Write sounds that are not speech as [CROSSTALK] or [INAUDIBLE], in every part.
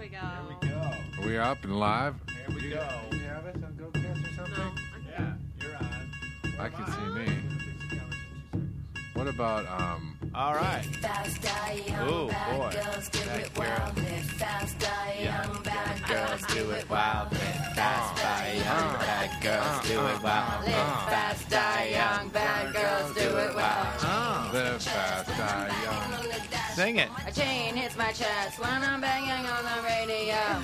we go. There we go. Are we up and live? There we go. Do you have us on GoCast or something? No. Yeah, you're on. I can see me. What about um? All right. Oh boy. Young bad girls do it wildly. Fast Uh, by young bad girls do it wild. Fast by young bad girls do it wild. Oh, The fast I young. sing it. A chain hits my chest when I'm banging on the [LAUGHS] radio.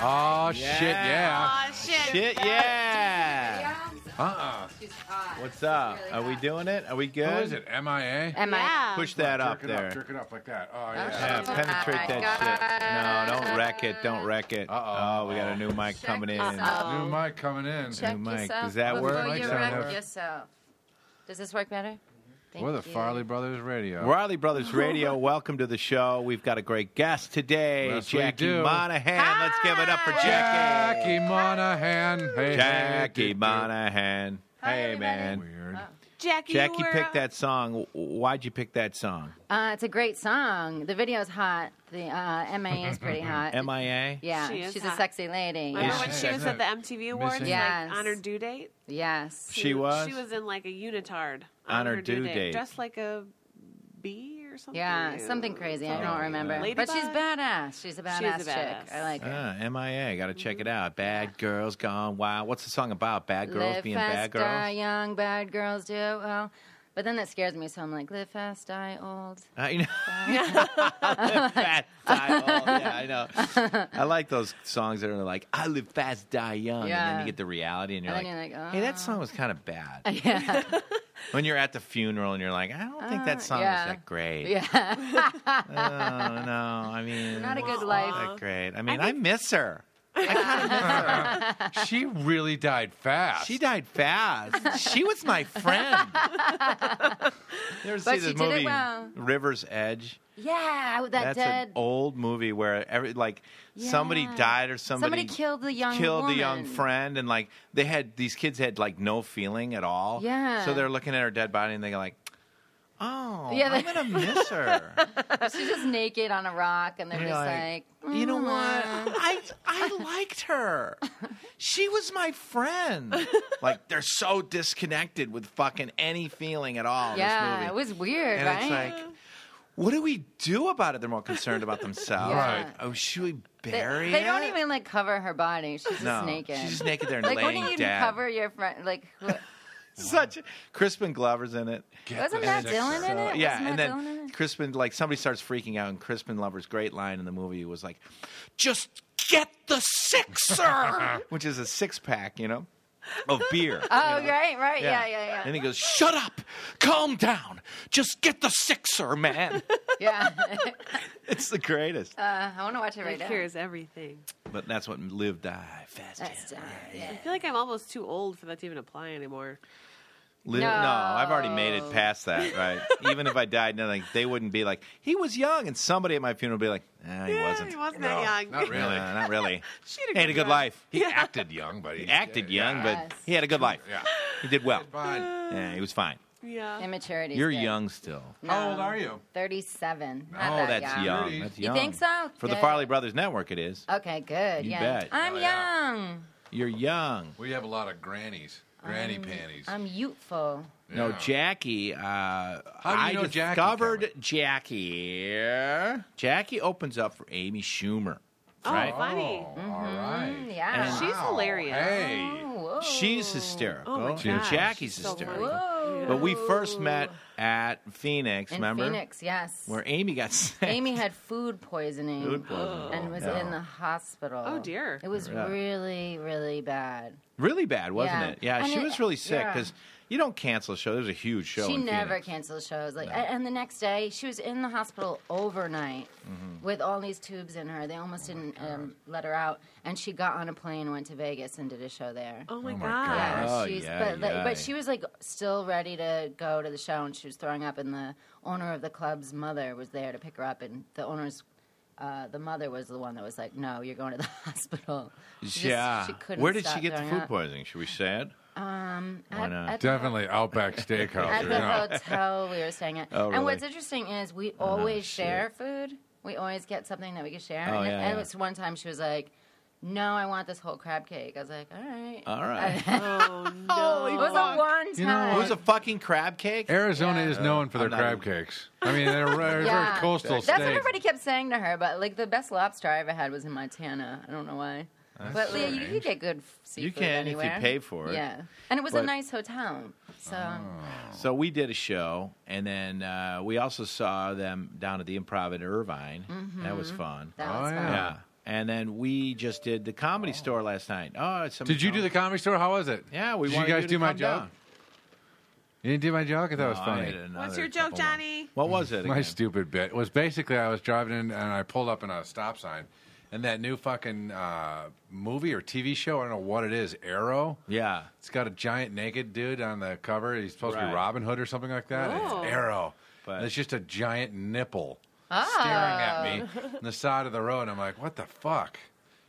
Oh shit! Yeah. Aw, shit. Shit, yeah. Uh uh What's up? Are we doing it? Are we good? Who is it? MIA. Am I? Yeah. Push that jerk up it there. Up, jerk it up like that. Oh Yeah, yeah. penetrate that shit. No, don't wreck it. Don't wreck it. Uh-oh. Oh, we got a new mic coming in. Uh-oh. New mic coming in. Check New mic. yourself Does that before work? you Mic's on wreck there. yourself. Does this work better? Thank We're the you. Farley Brothers Radio. Riley Brothers [LAUGHS] Radio, welcome to the show. We've got a great guest today, Yes, we Jackie do. Monahan. Let's give it up for Jackie. Jackie Monahan. Hey, Jackie hey, Monahan. Hi, hey, everybody. man. Weird. Jackie, Jackie you were, picked that song. W- Why'd you pick that song? Uh, it's a great song. The video's hot. The uh, MIA is [LAUGHS] pretty hot. MIA? yeah, She is she's hot. a sexy lady. Remember Is when she she was at the MTV Awards, Missing- Yes. like on her due date? Yes. She was? She was in like a unitard On her due date. dressed like a bee or something. Yeah, something crazy. I don't remember. But she's Ladybug? badass. She's a badass, badass. chick. I like her. Ah, MIA. Got to check it out. Bad Girls Gone Wild. What's the song about? Bad Girls live being fast, bad die girls? young, bad girls do it well. But then that scares me, so I'm like, live fast, die old. [LAUGHS] Uh, you know, [LAUGHS] fat, die oh, old. Yeah, I know. [LAUGHS] I like those songs that are like, I live fast, die young. And Yeah. then you get the reality and you're, And like, then you're like, hey, oh. that song was kind of bad. [LAUGHS] Yeah, when you're at the funeral and you're like, I don't think that Uh, song yeah. was that great. yeah. [LAUGHS] Oh, no. I mean, Not a good not life. that great. I mean, I, miss her. I kind of miss her. She really died fast. She died fast. she was [LAUGHS] my friend. you ever But see she this did it movie well. River's Edge? Yeah, with that That's dead. an old movie where every like somebody Yeah. died or somebody, killed the young killed the young woman. friend and like they had these kids had like no feeling at all. Yeah. So they're looking at her dead body and they're like, "Oh, Yeah, I'm they- gonna [LAUGHS] miss her." She's just naked on a rock, and they're You're just like, "Mm-hmm." you know what? I I liked her. She was my friend. Like they're so disconnected with fucking any feeling at all. in this yeah, movie. it was weird, and right? it's like, what do we do about it? They're more concerned about themselves. Yeah. Right. Oh, should we they, bury they it? don't even like cover her body. She's No, just naked. she's just naked there and like, laying wouldn't you dead. cover your friend? Like, [LAUGHS] who- Such Crispin Glover's in it. Get wasn't the Matt sick Dillon in girl. it? yeah, wasn't and Matt Dillon in then it? Crispin, like somebody starts freaking out, and Crispin Lover's great line in the movie was like, "Just get the [LAUGHS] sixer," which is a six pack, you know, [LAUGHS] of beer. Oh, right, right, yeah, yeah, yeah. [LAUGHS] And he goes, "Shut up, calm down, just get the sixer, man." Yeah. [LAUGHS] it's the greatest. uh, I want to watch it right It now. cures everything. but that's what live die fast. That's, uh, I feel like I'm almost too old for that to even apply anymore. Li- no. No. I've already made it past [LAUGHS] that, right? Even if I died, no, like, they wouldn't be like, he was young, and somebody at my funeral would be like, "Ah, he wasn't. He wasn't No, that young. not really. Nah, not really. [LAUGHS] She had a He had a good good run. life. [LAUGHS] He acted young, but He acted young, but Yes. he had a good life. yeah. He did well. Fine. Yeah, he was fine. yeah. Immaturity. You're young still. How old are you? 37. Not Oh, that that's young. Thirty. That's You young. think so? For the Good. Farley Brothers Network, it is. Okay, good. You yeah. bet. I'm Oh, yeah. young. You're young. We have a lot of grannies, granny panties. I'm youthful. No, Yeah. Jackie. Uh, do I you know Jackie, discovered Cameron? Jackie. Jackie opens up for Amy Schumer. Oh, Right. funny. Oh, all right. Mm-hmm. Mm, Yeah. Oh. And- She's Wow. hilarious. Hey. Whoa. She's hysterical. Oh my gosh, Jackie's she's so hysterical. funny. Whoa. But we first met at Phoenix, in remember? Phoenix, yes. Where Amy got sick. Amy had food poisoning Food poisoning. and was Yeah. in the hospital. Oh, dear. It was Yeah. really, really bad. Really bad, wasn't Yeah. it? Yeah, And she it- was really sick yeah. because you don't cancel a show. There's a huge show. she in never Phoenix. canceled shows. Like, a- and the next day, she was in the hospital overnight Mm-hmm. with all these tubes in her. They Oh almost didn't um, let her out, and she got on a plane, went to Vegas, and did a show there. Oh my, Oh, my god. Yeah, Oh, she's, yeah, but, like, yeah. but she was like still ready to go to the show, and she was throwing up, and the owner of the club's mother was there to pick her up, and the owner's. Uh, the mother was the one that was like, "No, you're going to the [LAUGHS] hospital." She just- Yeah. she couldn't Where did she stop get the throwing food up. poisoning? Should we say it? Why At- not? at the Definitely Outback Steakhouse. at you the know. hotel we were staying at. [LAUGHS] Oh, And really? what's interesting is we always share food we always get something that we could share. Oh, and yeah, and yeah. it was one time she was like, "No, I want this whole crab cake." I was like, "All right." [LAUGHS] All [LAUGHS] right. Oh no! it was a one time. You know It what? was a fucking crab cake. Arizona Yeah. is known for their I'm not- crab cakes. I mean, they're, they're Yeah. very coastal That's what state. everybody kept saying to her, but like the best lobster I ever had was in Montana. I don't know why. but Leah, you can strange. get good f- seafood You can if you anywhere. pay for it. Yeah, and it was a But- Oh. nice hotel. So So we did a show, and then uh, we also saw them down at the Improv in Irvine. That was fun. Mm-hmm. that Oh, was fun. yeah. yeah. And then we just did the Comedy Store last night. Oh, it's some Did you do the comedy store? How was it? Yeah, we Did you wanted guys you to do my come down. joke? You didn't do my joke. I thought it was Oh, I funny. had another What's your joke, couple of- Johnny? What was [LAUGHS] it? My again? stupid bit was basically I was driving in and I pulled up in a stop sign, and that new fucking uh, movie or TV show I don't know what it is Arrow. yeah. It's got a giant naked dude on the cover. He's supposed to Right. be Robin Hood or something like that. and Oh. It's Arrow. But- And it's just a giant nipple Oh. staring at me on the side of the road. I'm like, what the fuck?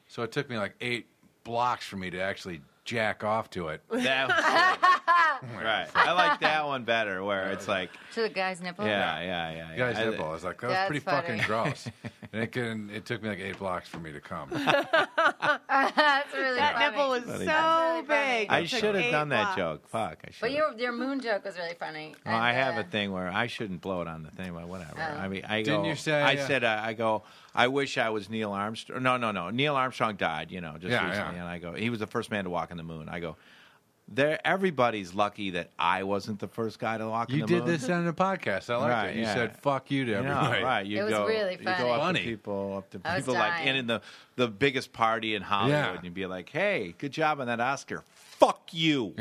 So it took me like eight blocks for me to actually jack off to it. That was it. right. I like that one better, where it's like, To the guy's nipple. yeah, yeah, yeah. yeah. Guy's I- nipple. I was like, that That's was pretty funny. fucking gross. and it, couldn't, it took me like eight blocks for me [LAUGHS] to come. [LAUGHS] that's really That funny. nipple was Funny. so That's really funny. big. I It took should have eight done that blocks. joke. Fuck. I should. But your your moon joke was really [LAUGHS] funny. Well, Oh, I And, have uh, a thing where I shouldn't blow it on the thing, but whatever. Oh. I mean, I Didn't go- you say, I uh, said uh, I go. I wish I was Neil Armstrong. No, no, no. Neil Armstrong died. You know, just Yeah, recently, yeah. and I go. He was the first man to walk on the moon. I go. There, everybody's lucky that I wasn't the first guy to walk on You the did moon. this on the podcast. I liked Right, it. You yeah. said "fuck you" to Yeah, everybody. right. You It was go, really You funny. go up Funny. to people, up to I was people like, dying. and in the the biggest party in Hollywood, Yeah. and you'd be like, "Hey, good job on that Oscar." Fuck [LAUGHS] you.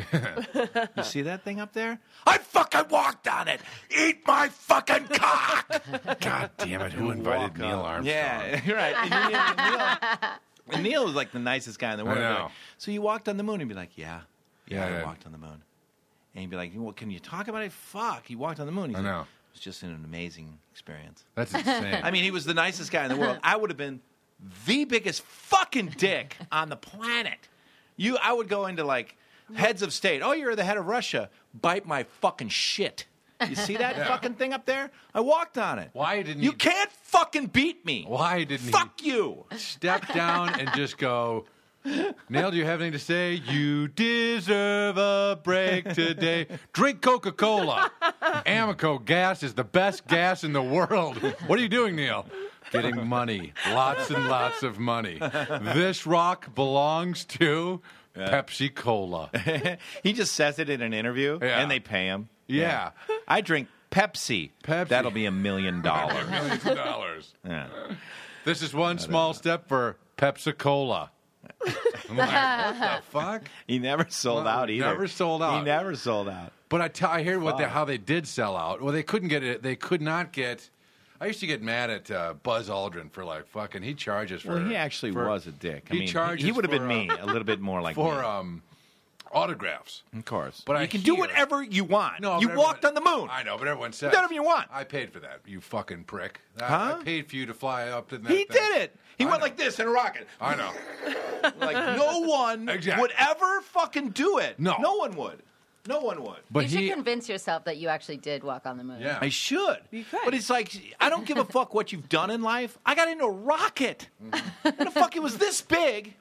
you see that thing up there? I fucking walked on it. Eat my fucking cock. [LAUGHS] God damn it! [LAUGHS] Who invited Neil Armstrong? Yeah, [LAUGHS] you're right. And Neil, and Neil- and Neil was like the nicest guy in the world. I He'd be know. like, so you walked on the moon? He'd be like, yeah. Yeah, Yeah, I yeah. walked on the moon. And he'd be like, well, can you talk about it? Fuck, he walked on the moon. He's I like, know. It was just an amazing experience. [LAUGHS] That's insane. I mean, he was the nicest guy in the world. I would have been the biggest fucking dick on the planet. You, I would go into like heads of state. Oh, you're the head of Russia. Bite my fucking shit. You see that fucking thing up there? I walked on it. Why didn't you he- can't fucking beat me? Why didn't Fuck you. he step down and just go? Neil, do you have anything to say? You deserve a break today. Drink Coca Cola. Amico gas is the best gas in the world. What are you doing, Neil? Getting money. Lots and lots of money. This rock belongs to Pepsi Cola. He just says it in an interview, Yeah. and they pay him. Yeah. I drink Pepsi. Pepsi. That'll be a million [LAUGHS] dollars. Millions of dollars. Yeah. This is one small step for Pepsi Cola. I'm like, what the fuck? He never sold Well, out either. never sold out. He never sold out. But I tell- I hear what they, Fuck. how they did sell out. Well, they couldn't get it. They could not get. I used to get mad at uh, Buzz Aldrin for like fucking. He charges for. Well, he actually for- was a dick. I he mean, charges he would have for, been uh, me, a little bit [LAUGHS] more like for me. um, autographs. of course. but you I can do hear- whatever you want. but you everyone- walked on the moon. I know, but everyone says Whatever you want. I paid for that. You fucking prick. I, Huh? I paid for you to fly up to that. He thing. did it. He I went know. like this in a [LAUGHS] rocket. I know. Like no one Exactly. would ever fucking do it. No. no one would. No one would. But you he. should convince yourself that you actually did walk on the moon. yeah. I should. You could. But it's like I don't give a fuck what you've done in life. I got into a rocket. And the fuck it was this big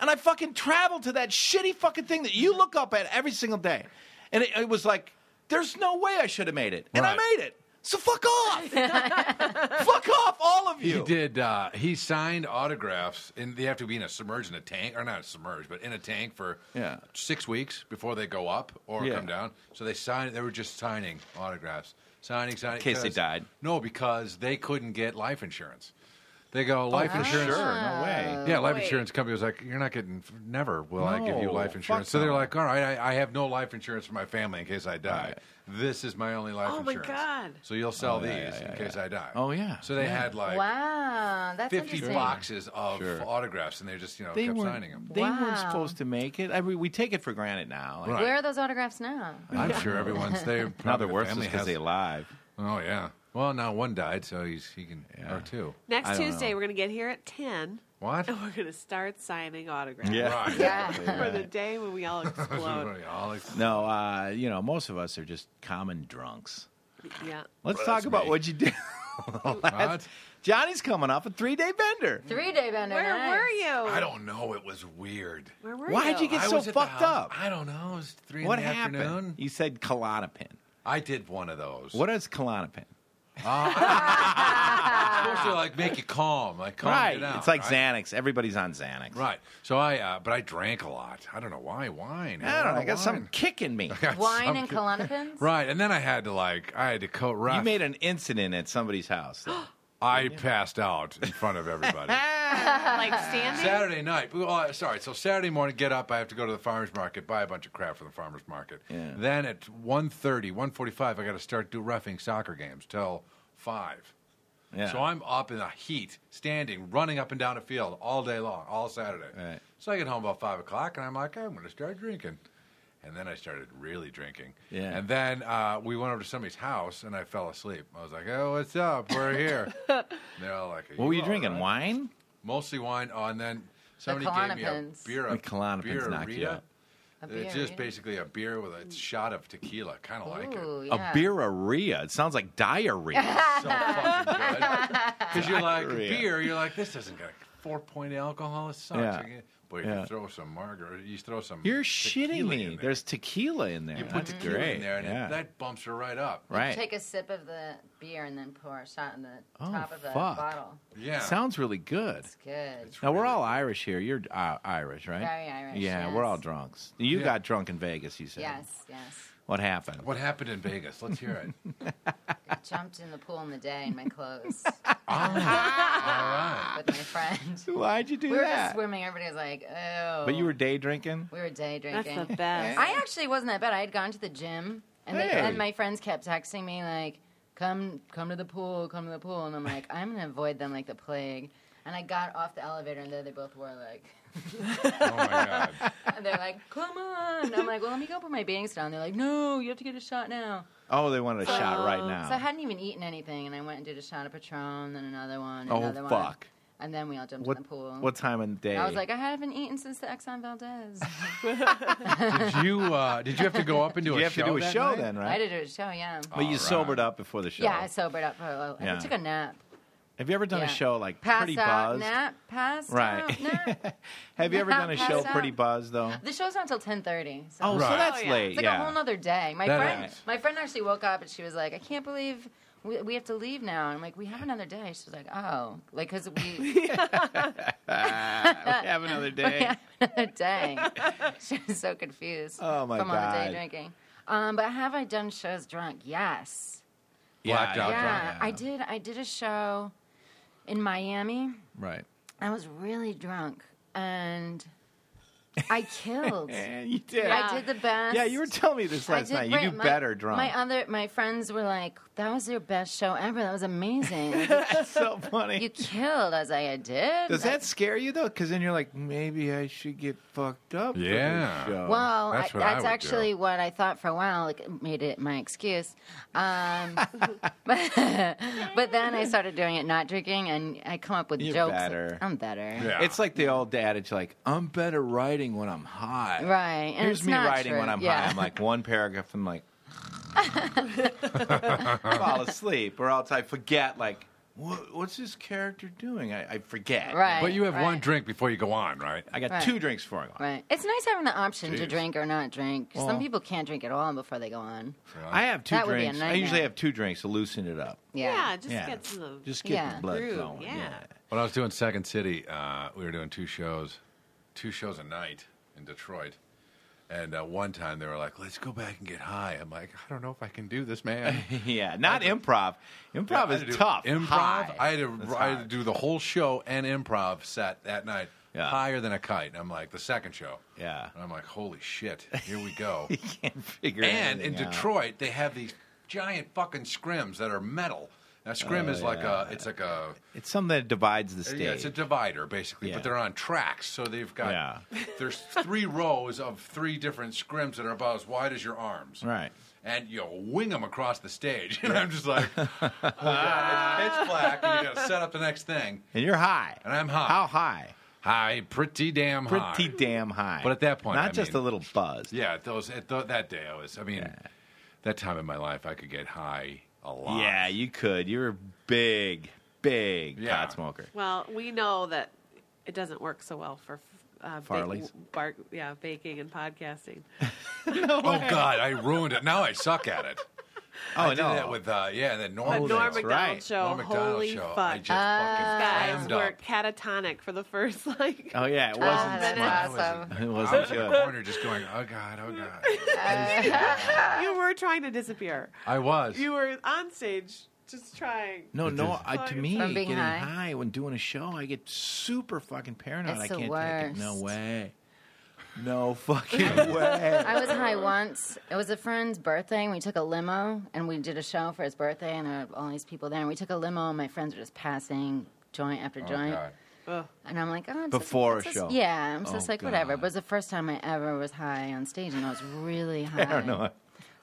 and I fucking traveled to that shitty fucking thing that you look up at every single day. And it, it was like there's no way I should have made it. And I Right. made it. So fuck off. fuck off all of you. He did. Uh, he signed autographs, and they have to be in a submerged in a tank, or not submerged, but in a tank for Yeah. six weeks before they go up or Yeah. come down. So they signed. They were just signing autographs, signing, signing. case they because- died. No, because they couldn't get life insurance. They go life Oh, for insurance. sure. No way. Yeah, life Ah. Wait. insurance company was like, "You're not getting, never will I give you No, life fuck insurance." So they're no. like, "All right, I, I have no life insurance for my family in case I die. Right. This is my only life Oh my insurance. God. So you'll sell Oh, these yeah, yeah, yeah, in case I die. Oh, yeah. So they Yeah. had like Wow, that's 50 interesting. boxes of Sure. autographs, and they just you know They kept weren't, signing them. they weren't Wow. supposed to make it. I mean, we take it for granted now. Right. Where are those autographs now? I'm sure everyone's there. [LAUGHS] Now they're the worthless family because has- they live. Oh yeah. Well, now one died, so he's he can Yeah. or two. I Next don't Tuesday, know. we're gonna get here at ten, [LAUGHS] What? and we're gonna start signing autographs. Right. Yeah. uh, For the day when we all [LAUGHS] explode. Everybody, all ex- No, uh, you know, most of us are just common drunks. yeah. Let's Well, talk that's about me. what you did. What? [LAUGHS] Johnny's coming off a three day bender. Three day bender. Where nice. were you? I don't know. It was weird. Where were Why'd you you get I so was at the fucked house- up? I don't know. It was three What in the happened? afternoon. You said Klonopin. I did one of those. What is Klonopin? supposed to like make you calm, like calm you down. It's like right? Xanax. Everybody's on Xanax. Right. So I, uh, but I drank a lot. I don't know why wine. I don't know. I got some some kick [LAUGHS] in me. Wine and Klonopins? Right, and then I had to like I had to coat rough. You made an incident at somebody's [GASPS] house. I passed out in front of everybody. [LAUGHS] like standing? Saturday night. Oh, sorry. So Saturday morning, get up. I have to go to the farmers market, buy a bunch of crap for the farmers market. Yeah. Then at 1.45, 1.45, I got to start do roughing soccer games till five. Yeah. So I'm up in the heat, standing, running up and down the field all day long, all Saturday. Right. So I get home about five o'clock, and I'm like, I'm going to start drinking. And then I started really drinking. Yeah. And then uh, we went over to somebody's house, and I fell asleep. I was like, "Oh, what's up? [LAUGHS] We're here." And They're all like, what were you all drinking? right?" Wine? Mostly wine. Oh, and then somebody gave me a Klonopins. beer. The A Klonopins beer knock you up. A beer, It's just yeah. basically a beer with a shot of tequila, kind of like it. Ooh, A yeah. beerarrhea. It sounds like [LAUGHS] diarrhea. so fucking good. [LAUGHS] Because you're like Diarrhea. beer, you're like this doesn't got four point alcohol. It sucks. Yeah. Again. But if Yeah. you throw some margarita, you throw some. You're tequila shitting me. in there. There's tequila in there. you put That's tequila great. in there, and it- yeah. that bumps her right up. right. Take a sip of the beer and then pour a shot in the Oh, top of the fuck. bottle. Yeah. Sounds really good. It's good. It's Now we're really- all Irish here. You're uh, Irish, right? Very Irish, Yeah, yes. we're all drunks. You Yeah. got drunk in Vegas. You said. yes, yes. What happened? What happened in Vegas? Let's hear [LAUGHS] it. I jumped in the pool in the day in my clothes all right. with my friend. Why'd you do We were just that? swimming. Everybody was like, "Oh!" But you were day drinking. we were day drinking. That's the best. I actually wasn't that bad. I had gone to the gym, and, they, Hey. and my friends kept texting me like, "Come, come to the pool, come to the pool," and I'm like, "I'm gonna avoid them like the plague." And I got off the elevator, and there they both were like, Oh my god. and they're [LAUGHS] like, "Come on!" And I'm like, "Well, let me go put my bathing suit on." They're like, "No, you have to get a shot now." Oh, they wanted a shot right So now. So I hadn't even eaten anything, and I went and did a shot of Patron, then another one, oh another one, fuck! and then we all jumped What in the pool. what time of day? I was like, I haven't eaten since the Exxon Valdez. Did you uh, did you have to go up and do you a have show to do a that show night? then, I right? did a show, yeah. But you All sobered right. up before the show. Yeah, I sobered up for a little. Yeah. I took a nap. Have you ever done yeah. a show like Pass pretty out, buzzed? nap, pass Right. out, [LAUGHS] nap. Have you ever done a Pass show out. pretty buzzed though? the show's not until ten thirty. So Oh, so Right. that's Oh, yeah. late. it's like yeah. a whole nother day. My That friend, is. my friend actually woke up and she was like, "I can't believe." We, we have to leave now. And I'm like, we have another day. She was like, oh, like, because [LAUGHS] we We Ah, have [LAUGHS] another day. have another day. [LAUGHS] she was so confused Oh, my from all the God. day drinking. Um, but have I done shows drunk? Yes. Blacked Oh, out yeah, drunk. I did. I did a show in Miami. Right. I was really drunk and [LAUGHS] I killed. And you did. Yeah. I did the best. Yeah, you were telling me this I last did night. great. You do My- better drunk. My other my friends were like, "That was your best show ever. That was amazing. Like, [LAUGHS] [LAUGHS] That's so funny. you killed." I was like, "I did." Does that scare you though? Because then you're like, maybe I should get fucked up. Yeah. For this show. Well, That's that's, what I that's would actually do. what I thought for a while. Like, it made it my excuse. [LAUGHS] Um, [LAUGHS] but, but then I started doing it not drinking, and I come up with You're jokes. better. I'm better. Yeah. It's like the old adage, like I'm better writing when I'm high. Right. And Here's it's me not writing true. when I'm yeah. high. I'm like one paragraph. I'm like, [LAUGHS] fall asleep, or else I forget. Like, what, what's this character doing? I, I [LAUGHS] forget. Right. But you have right. one drink before you go on, right? I got Right. two drinks for him. Right. It's nice having the option to Jeez. drink or not drink. 'cause Well. Some people can't drink at all before they go on. I have two That would be a drinks. I nightmare. usually have two drinks to loosen it up. yeah. Yeah. just Yeah. get to the. Just get Yeah. the blood Groove, flowing. yeah. When I was doing Second City, uh, we were doing two shows, two shows a night in Detroit. And uh, one time they were like, "Let's go back and get high." I'm like, "I don't know if I can do [LAUGHS] this, man." Yeah, not improv. Improv I had to do is tough. Improv. High. I had to That's I had to hard. do the whole show and improv set that night, Yeah. higher than a kite. And I'm like, the second show. Yeah. [LAUGHS] And I'm like, holy shit, here we go. You can't figure. and in anything out. Detroit, they have these giant fucking scrims that are metal. Now, Oh, scrim is like a, it's like a it's something that divides the stage. Uh, yeah, it's a divider basically, Yeah. but they're on tracks, so they've got Yeah. [LAUGHS] there's three rows of three different scrims that are about as wide as your arms, Right. And you wing them across the stage, [LAUGHS] and I'm [LAUGHS] just like, oh, God, it's pitch black, and you got to set up the next thing, and you're high. and I'm high, How high? high, pretty damn high, Pretty damn high. But at that point, not I just mean- a little buzz. yeah. At those at th- that day, I was, I mean, that time in my life, I could get high a lot. Yeah, you could. You're a big, big Yeah. pot smoker. Well, we know that it doesn't work so well for uh, bake- Farleys? bark, yeah, baking and podcasting. Oh God, I ruined it. Now I suck at it. Oh I did that with uh, yeah, and then Norm, But Norm that's McDonald right. show. Norm Macdonald holy show. fuck! I just guys fucking clammed were up. catatonic for the first [LAUGHS] like. Oh yeah, it Ah, wasn't. that's I was- awesome. It I wasn't was in good. the corner just going, oh God, oh God. [LAUGHS] Uh. you were trying to disappear. I was. You were on stage just trying. No, It no. is. I, to me, From being getting high. high? when doing a show, I get super fucking paranoid. It's I the can't take it. No worst. way. No fucking [LAUGHS] way. I was high once. It was a friend's birthday, and we took a limo, and we did a show for his birthday, and there were all these people there. And we took a limo, and my friends were just passing joint after oh, joint. God. Ugh. And I'm like, oh, it's Before just, a it's just- show. Yeah, I'm just Oh, like, whatever. God. But it was the first time I ever was high on stage, and I was [LAUGHS] really high. I don't know.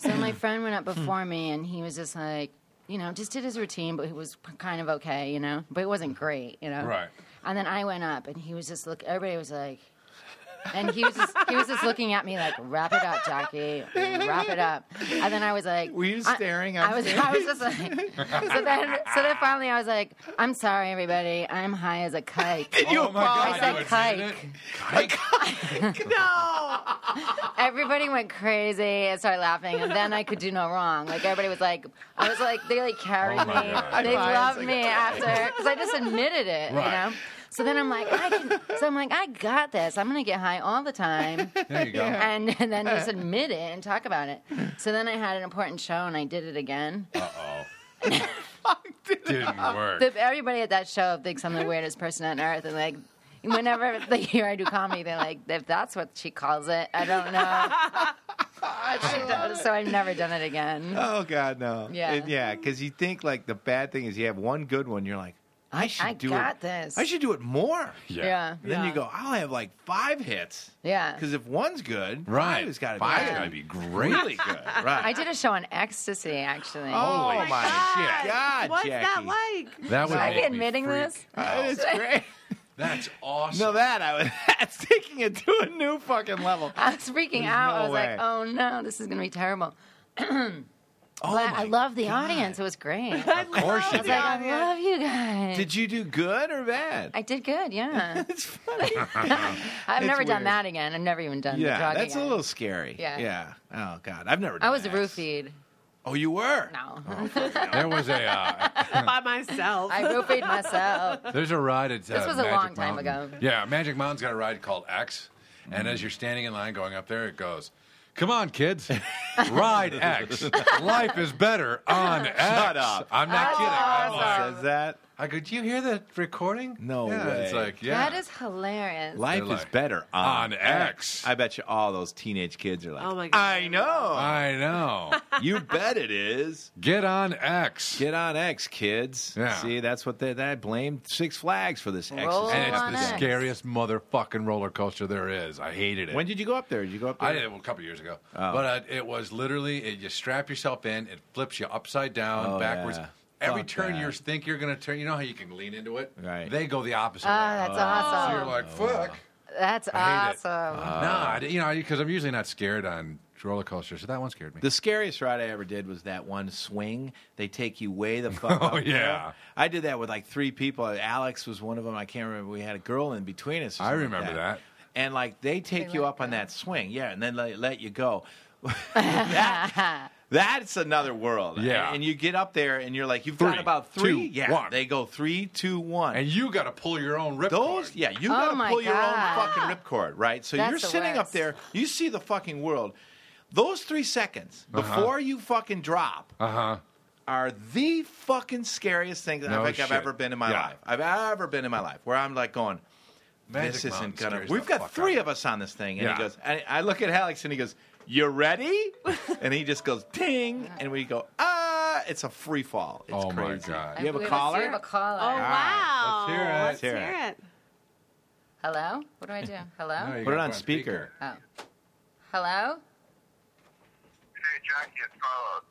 Hmm. So my friend went up before me, and he was just like, you know, just did his routine, but he was kind of okay, you know, but it wasn't great, you know. Right. And then I went up, and he was just look. Everybody was like, and he was just, he was just looking at me like, wrap it up, Jackie, wrap it up. And then I was like, Were you I- staring I, up was. I was just like. So then, so then finally, I was like, I'm sorry, everybody. I'm high as a kite. You oh my God, I said you admitted kike. it? No. Everybody went crazy and started laughing, and then I could do no wrong. Like everybody was like, I was like, they like carried Oh, me, my God. they High fives, loved like, me after because I just admitted it, Right. you know. So then I'm like, I can. So I'm like, I got this. I'm gonna get high all the time, There you go. and, and then just admit it and talk about it. So then I had an important show, and I did it again. Uh oh. [LAUGHS] Didn't work. The, everybody at that show thinks [LAUGHS] I'm the weirdest person on earth, and like. Whenever [LAUGHS] they hear I do comedy, they're like, if that's what she calls it, I don't know. [LAUGHS] so I've never done it again. [LAUGHS] Oh God, no. Yeah. And yeah, because you think like the bad thing is you have one good one, you're like, I should I do got it. this. I should do it more. Yeah. And then Yeah. you go, I'll have like five hits. Yeah. Because if one's good, Right. five's got to Five's be gotta be great. Really good. [LAUGHS] Right. I did a show on ecstasy, actually. Oh, my my God, shit. God, What's Jackie. [LAUGHS] that like? That would Should I be make me admitting freak this? Uh, out. [LAUGHS] it's great. That's awesome. No, that I was. [LAUGHS] That's taking it to a new fucking level. I was freaking There's out. I no was way. like, oh no, this is going to be terrible. but Oh my I love the God. audience. It was great. [LAUGHS] I was Of course you like, I love you guys. Did you do good or bad? I did good, yeah. [LAUGHS] [LAUGHS] it's funny. I've It's never done weird. that again. I've never even done the yeah, drug that's a again. little scary. Yeah. Yeah. Oh God, I've never. Done I was that. roofied. Oh, you were. No. There was a uh, [LAUGHS] by myself. [LAUGHS] I roofied myself. there's a ride at uh, This was a Magic long time Mountain. ago. Yeah, Magic Mountain's got a ride called X, and as you're standing in line going up there, it goes, "Come [LAUGHS] on, kids, ride X. Life is better on X." Shut up. I'm not kidding. I'm awesome. like, Says that. I go, "Do you hear the recording?" No yeah, way. It's like, yeah, That is hilarious. Life They're is like, better on, "On X." I bet you all those teenage kids are like, Oh, my God. I [LAUGHS] know. I know. you bet it is. Get on X. Get on X, kids. Yeah. See, that's what they, they blamed Six Flags for this X. Roll and it's on the X. scariest motherfucking roller coaster there is. I hated it. When did you go up there? Did you go up there? I did it a couple years ago, Oh. but uh, it was literally it, you strap yourself in, it flips you upside down, Oh, backwards. yeah. Every Fuck turn that. you think you're going to turn, you know how you can lean into it. Right. Oh, They go the opposite. Ah, way. that's So you're awesome. like, fuck. that's I hate it. Uh, awesome. [LAUGHS] nah, I- you know, because I'm usually not scared on roller coasters, so that one scared me. The scariest ride I ever did was that one swing. They take you way the fuck. up [LAUGHS] Oh, there. yeah. I did that with like three people. Alex was one of them. I can't remember. We had a girl in between us. or I something remember like that. And like they take They you let up on go. that swing, yeah, and then let, let [LAUGHS] you go. That- that's another world. Yeah. and, and you get up there and you're like, you've got Three, about three. two, yeah, one. they go three, two, one. and you got to pull your own rip. Those, yeah, you Oh gotta my pull your God. own fucking ripcord, right? So That's you're the sitting up worst. there, you see the fucking world. Those three seconds Uh-huh. before you fucking drop Uh huh. are the fucking scariest things that No I think I've shit. ever been in my Yeah. life. I've ever been in my life where I'm like going, this isn't gonna. We've got three of us on this thing, and Yeah. he goes. And I look at Alex, and he goes, "You [LAUGHS] ready?" and he just goes, "Ding!" And we go, "Ah!" It's a free fall. It's Oh, my crazy. God. You have We a a- collar. We have a [LAUGHS] Oh, caller. wow. let's hear it. Let's Hear hear it. it. Hello? What do I do? Hello? Put it on speaker. Oh. Hello? Hey, Jackie, it's Carlos.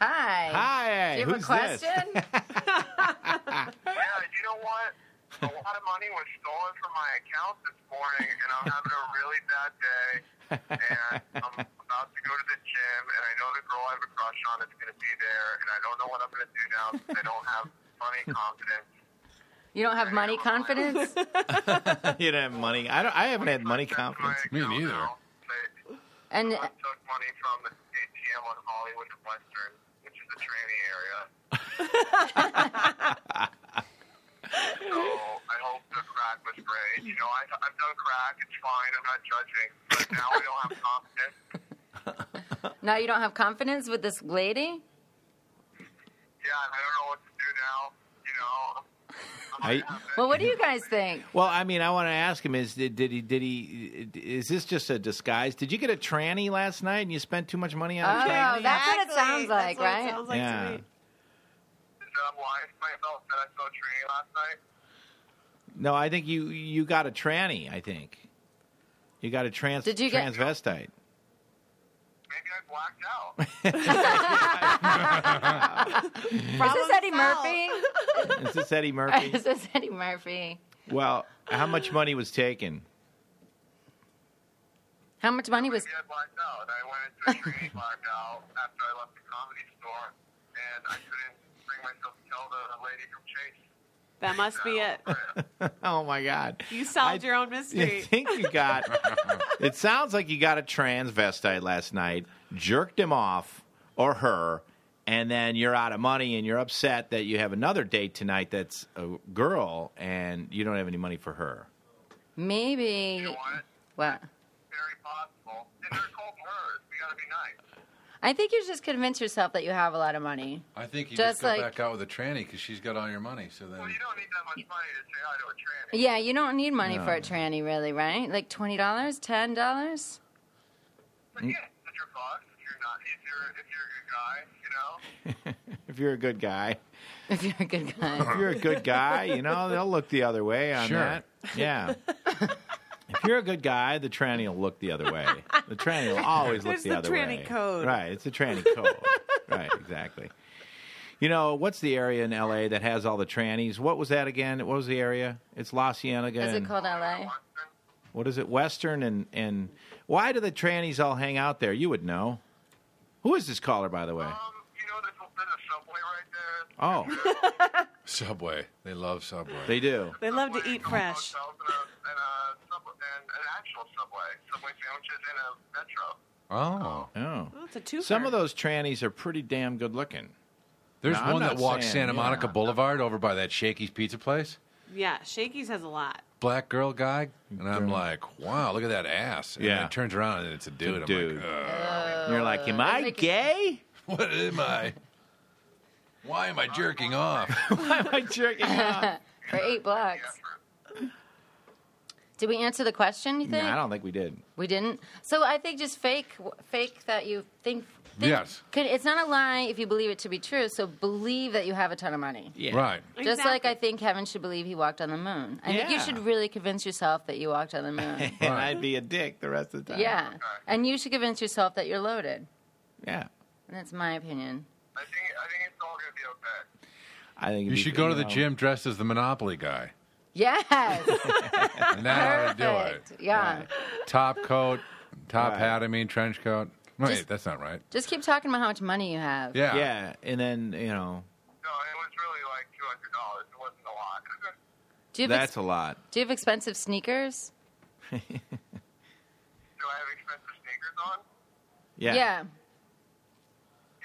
Hi. Hi, Do you have a who's this? question? Yeah, you know what? A lot of money was stolen from my account this morning, and I'm having a really bad day, and I'm about to go go to the gym, and I know the girl I have a crush on is going to be there, and I don't know what I'm going to do now because I don't have money confidence. You don't have money confidence? [LAUGHS] you don't have money. I don't. I haven't had money That's my confidence. Me account neither. now. They- and Someone took money from the ATM on Hollywood and Western, which is the training area. so I hope the crack was great. You know, I, I've done crack. It's fine. I'm not judging. But now I don't have confidence. now you don't have confidence with this lady? Yeah, and I don't know what to do now. You know. I'm I- not happy. Well, what do you guys think? Well, I mean, I want to ask him: Is did, did he? Did he? Is this just a disguise? Did you get a tranny last night and you spent too much money on a Oh, tranny? that's what it Exactly. sounds like, That's what right? It sounds like Yeah. [LAUGHS] to me. Is that why myself that I saw training last night? No, I think you you got a tranny. I think you got a trans Did you get- transvestite. Maybe I blacked out. Is this Eddie Murphy? Is this Eddie Murphy? [LAUGHS] Is this Eddie Murphy? well, how much money was taken? How much money was? Maybe I blacked out. I went into a training blackout after I left the comedy store, and I couldn't bring myself to tell the lady from Chase. That must be [LAUGHS] it. Oh my God! You solved I- your own I [LAUGHS] mystery. think you got. it sounds like you got a transvestite last night, jerked him off or her, and then you're out of money and you're upset that you have another date tonight that's a girl and you don't have any money for her. Maybe. You want it? What? Very possible. And they're cold hers. We gotta be nice. I think you just convince yourself that you have a lot of money. I think you Just just, go like- back out with a tranny because she's got all your money. So then, Well, you don't need that much money to say hi to a tranny. Yeah, you don't need money for a tranny, really, right? Like twenty dollars, ten dollars. But yeah, it's your boss. If you're not, if you're, if you're a good guy, you If you're a good guy, know. If you're a good [LAUGHS] guy. if you're a good guy, you know they'll look the other way on Sure. that. Yeah. If you're a good guy, the tranny will look the other way. The tranny will always There's look the, the other way. tranny code. Right, it's the tranny code. right, exactly. You know, what's the area in LA that has all the trannies? What was that again? What was the area? It's La Cienega. Is it and- called LA? Western. what is it? Western and and why do the trannies all hang out there? You would know. Who is this caller by the way? Um, you know, there's, there's a subway right there. Oh, Subway. They love Subway. they do. They love to Subway, eat a couple fresh. hotels, And, a, and, a, sub- and an actual subway. Subway sandwiches and a metro. oh, Oh. Well, it's a twofer. Some of those trannies are pretty damn good looking. there's No, I'm one not that walks saying- Santa Monica yeah. Boulevard over by that Shakey's Pizza Place. Yeah, Shakey's has a lot. Black girl guy, and I'm like, wow, look at that ass. And Yeah. then it turns around and it's a dude. dude. I'm like, "Ugh, [LAUGHS] You're like, am that's I like- gay? what am I? Why am I jerking off? Why [LAUGHS] am [LAUGHS] I jerking off? For eight bucks. Did we answer the question? You No, think I don't think we did. we didn't? So I think just fake, fake that you think. think Yes. Could, it's not a lie if you believe it to be true. So believe that you have a ton of money. [LAUGHS] Yeah. Right. Just like I Exactly. think Kevin should believe he walked on the moon. I think you Yeah. should really convince yourself that you walked on the moon. [LAUGHS] [LAUGHS] And Right. I'd be a dick the rest of the time. yeah. And you should convince yourself that you're loaded. Yeah. That's my opinion. I think, I think it's all gonna be okay. I think it'd You be- should go to the know, gym dressed as the Monopoly guy. Yes. And that ought to do it. Perfect. Yeah. Top coat, top Right. hat, I mean, trench coat. Wait, Just- that's not right. Just keep talking about how much money you have. Yeah. Yeah. And then, you know, No, it was really like two hundred dollars. It wasn't a lot. [LAUGHS] Do you have, that's ex- a lot. do you have expensive sneakers? Do I have expensive sneakers on? Yeah. Yeah,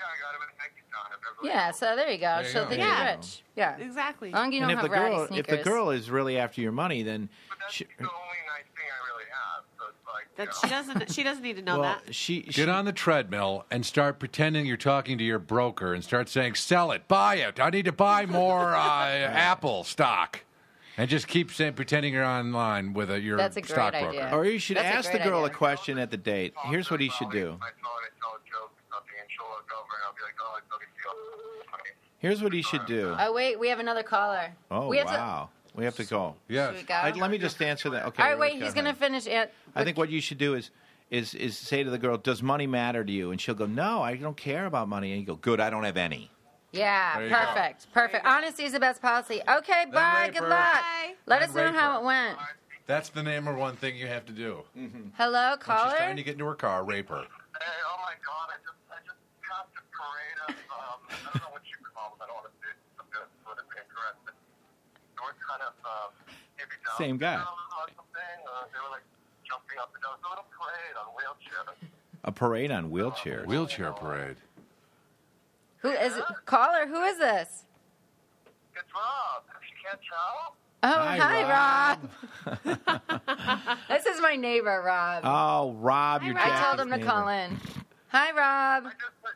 I got them in Hackintown. I've never. Yeah, so there you go. There you She'll go. think There you you're go. rich. Yeah. Exactly. As long as you don't and if have the ratty girl if sneakers. the girl is really after your money, then But that's she, the only nice thing I really have. So it's like. That she you know, doesn't. She doesn't need to know well, that. she she- Get on the treadmill and start pretending you're talking to your broker and start saying, sell it, buy it. I need to buy more uh, [LAUGHS] Apple stock. And just keep saying, pretending you're online with a, your That's a great stockbroker. idea. or you should That's a ask the great girl idea. a question at the date. I'll Here's what he just- should I'll do. leave My phone and tell a joke or something, and she'll look over, and I'll be like, "Oh, it's no big deal." It's funny. Here's what he should do. Oh, wait, we have another caller. Oh we have wow. We have to go. To, Yes. should we go? I, let me just answer that. Okay. All right, wait, go he's ahead. going to finish it. I think what you should do is is is say to the girl, "Does money matter to you?" And she'll go, "No, I don't care about money." And you go, "Good, I don't have any." Yeah, There you go. perfect. Perfect. Honesty is the best policy. Okay, bye. rape Good her. luck. Bye. Let Then us know rape how her. it went. That's the number one thing you have to do. Hello, She's caller. trying to get into her car, rape her. Hey, oh my my god, I just I just got the parade of um, I don't know what you call them. I don't want to do something that's politically incorrect, but they were kind of um, maybe down Same guy. or something. Uh, they were like jumping up and down. It was a little parade on wheelchairs. A parade on wheelchairs. Wheelchair parade. Who is it? Caller, who is this? It's Rob. If you can't tell, Oh, Hi, hi, Rob. Rob. this is my neighbor, Rob. Oh, Rob, Hi, you're Rob. I told Jackie's him to neighbor. call in. Hi, Rob. I just said,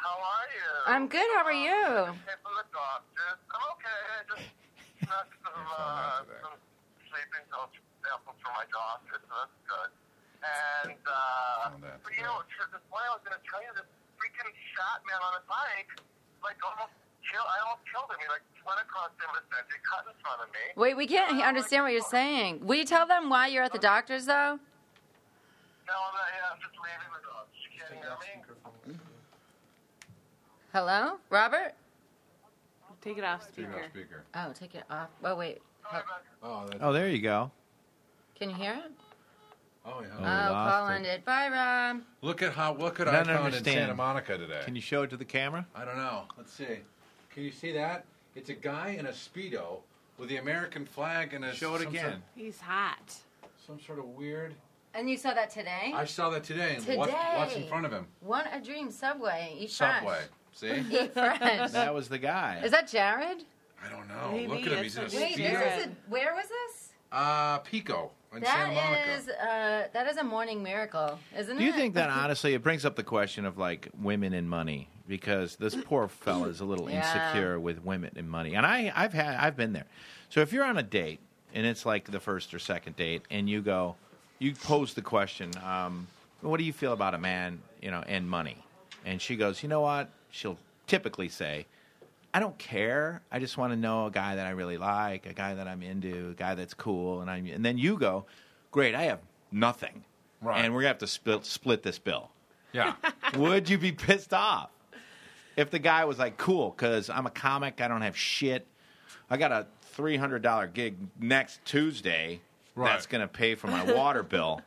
how are you? I'm good. How are you? Came from the doctor. I'm okay. I just had some uh, some sleeping health samples from my doctor, so that's good. And uh, Oh, that's but you know, to this point, I was gonna tell you this freaking shot man on a bike, like almost killed. I almost killed him. He like went across the intersection, cut in front of me. Wait, we can't understand what you're saying. Will you tell them why you're at the doctor's, though? Now I'm, uh, yeah, I'm just leaving the dog. She can't hear me. Hello, Robert? Take it off speaker. Oh, take it off. Oh, wait. Sorry about that. Oh, that's, Oh, there you go. Can you hear him? oh Oh, yeah. lost call it. ended. Bye, Rob. Look at how look at I Don't found in understand. Santa Monica today. Can you show it to the camera? I don't know. Let's see. Can you see that? It's a guy in a speedo with the American flag and a Show it some again. He's hot. Sort, some sort of weird. And you saw that today? I saw that today. And what, Today. what's in front of him? One a dream subway. Eat fresh. Subway. [LAUGHS] See? Eat [LAUGHS] fresh. That was the guy. Is that Jared? I don't know. Maybe Look at him. He's in a it's Wait, speedo. Jared. this is a, where was this? Uh, Pico in That Santa Monica. is uh, that is a morning miracle, isn't Do you it? think that honestly it brings up the question of like women and money because this poor fella is a little Yeah. insecure with women and money. And I I've had I've been there. So if you're on a date and it's like the first or second date and you go you pose the question, um, what do you feel about a man, you know, and money? And she goes, "You know what?" She'll typically say, I don't care. I just want to know a guy that I really like, a guy that I'm into, a guy that's cool, and I'm. And then you go, great. I have nothing, Right. and we're gonna have to split split this bill. [LAUGHS] [LAUGHS] Yeah. Would you be pissed off if the guy was like, cool, because I'm a comic. I don't have shit. I got a three hundred dollar gig next Tuesday. Right. That's gonna pay for my water [LAUGHS] bill,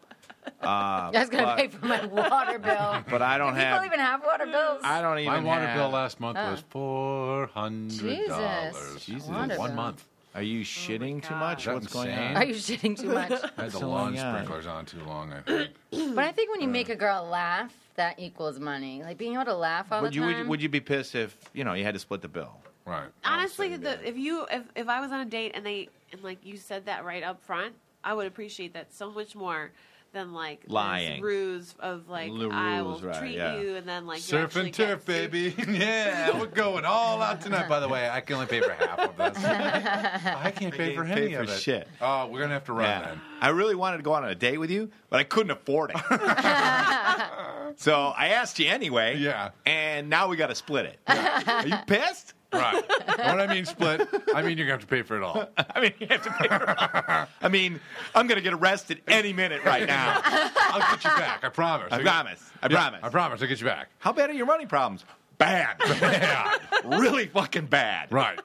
I was going to but- pay for my [LAUGHS] water bill. but I don't Do people have. even have water bills? I don't even. My water have- bill uh, last month Oh. was four hundred dollars. Jesus. Jesus. Water One bill. month. Are Oh you shitting too God. much? Is that What's going insane? on? Are you shitting too [LAUGHS] much? I had the So lawn long, yeah. sprinklers on too long. I think. but I think when you make a girl laugh, that equals money. Like being able to laugh all would the you time. would, you- would you be pissed if you know you had to split the bill? right. Honestly, the, if you if, if I was on a date and they and like you said that right up front, I would appreciate that so much more than like this Lying. ruse of like The I will ruse, right, treat yeah. you and then like you Surf actually and turf, get to- baby. [LAUGHS] yeah, we're going all out tonight. By the way, I can only pay for half of [LAUGHS] this. I can't pay for pay any for of it. shit. Oh, we're gonna have to run then. I really wanted to go on a date with you, but I couldn't afford [LAUGHS] it. so I asked you anyway. Yeah. And now we got to split it. Are you pissed? Right. when I mean split, I mean you're gonna have to pay for it all. I mean, you have to pay. For it. I mean, I'm going to get arrested any minute right [LAUGHS] now. I'll get you back. I promise. I I'll get- promise. I Yeah, promise. I promise. I'll get [LAUGHS] you back. How bad are your money problems? Bad. [LAUGHS] Yeah. really fucking bad. [LAUGHS] Right.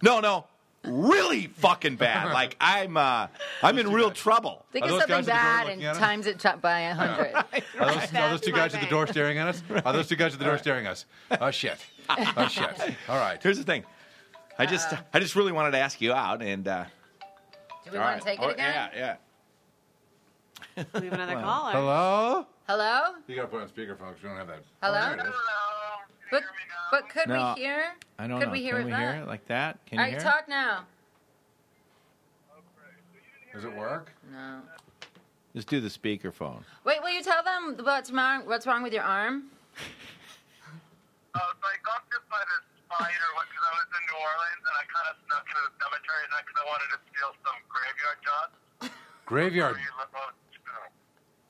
No, no. Really fucking [LAUGHS] bad. Like I'm, uh, I'm in real trouble. Think Are of those something guys at the door bad and looking at us? times it chopped by [LAUGHS] a hundred. Are those, are those That's two my guys at the bank. door staring at us? Are those two guys at the door staring at us? Oh shit. Oh [LAUGHS] shit. All right. Here's the thing. I just, I just really wanted to ask you out, and uh, Do we all want right. to take Oh, it again? Yeah, We have another caller. Hello. Hello? You gotta put on speakerphone because we don't have that. Hello? Oh, there it is. Hello. Can you But hear me now? but could No. we hear? yeah. I don't could know. we hear Can it we back? hear it like that? Can All you right, hear? talk now. Does it work? No. Just do the speakerphone. Wait, will you tell them what's wrong? What's wrong with your arm? Uh, so I got bit by this spider because I was in New Orleans and I kind of snuck into the cemetery at night because I wanted to steal some graveyard dust. Graveyard.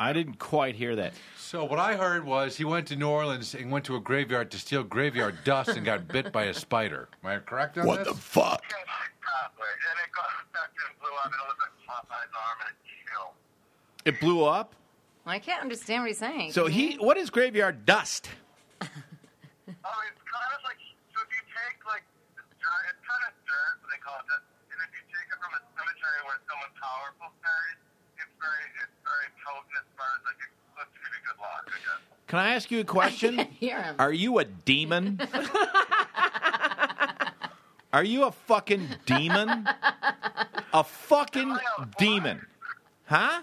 I didn't quite hear that. So what I heard was he went to New Orleans and went to a graveyard to steal graveyard dust and got bit by a spider. Am I correct on this? fuck? And it got infected and blew up and it was like Popeye's arm and it killed. It blew up. I can't understand what he's saying. So he, what is graveyard dust? Oh, it's kind of like, so if you take like dirt, it's kind of dirt, what they call it, and if you take it from a cemetery where someone powerful buried, it's very, it's very potent as far as like, it looks give you good luck, I guess. Can I ask you [LAUGHS] a question? Hear him. Are you [LAUGHS] a demon? Are you a fucking demon? A fucking demon. Huh?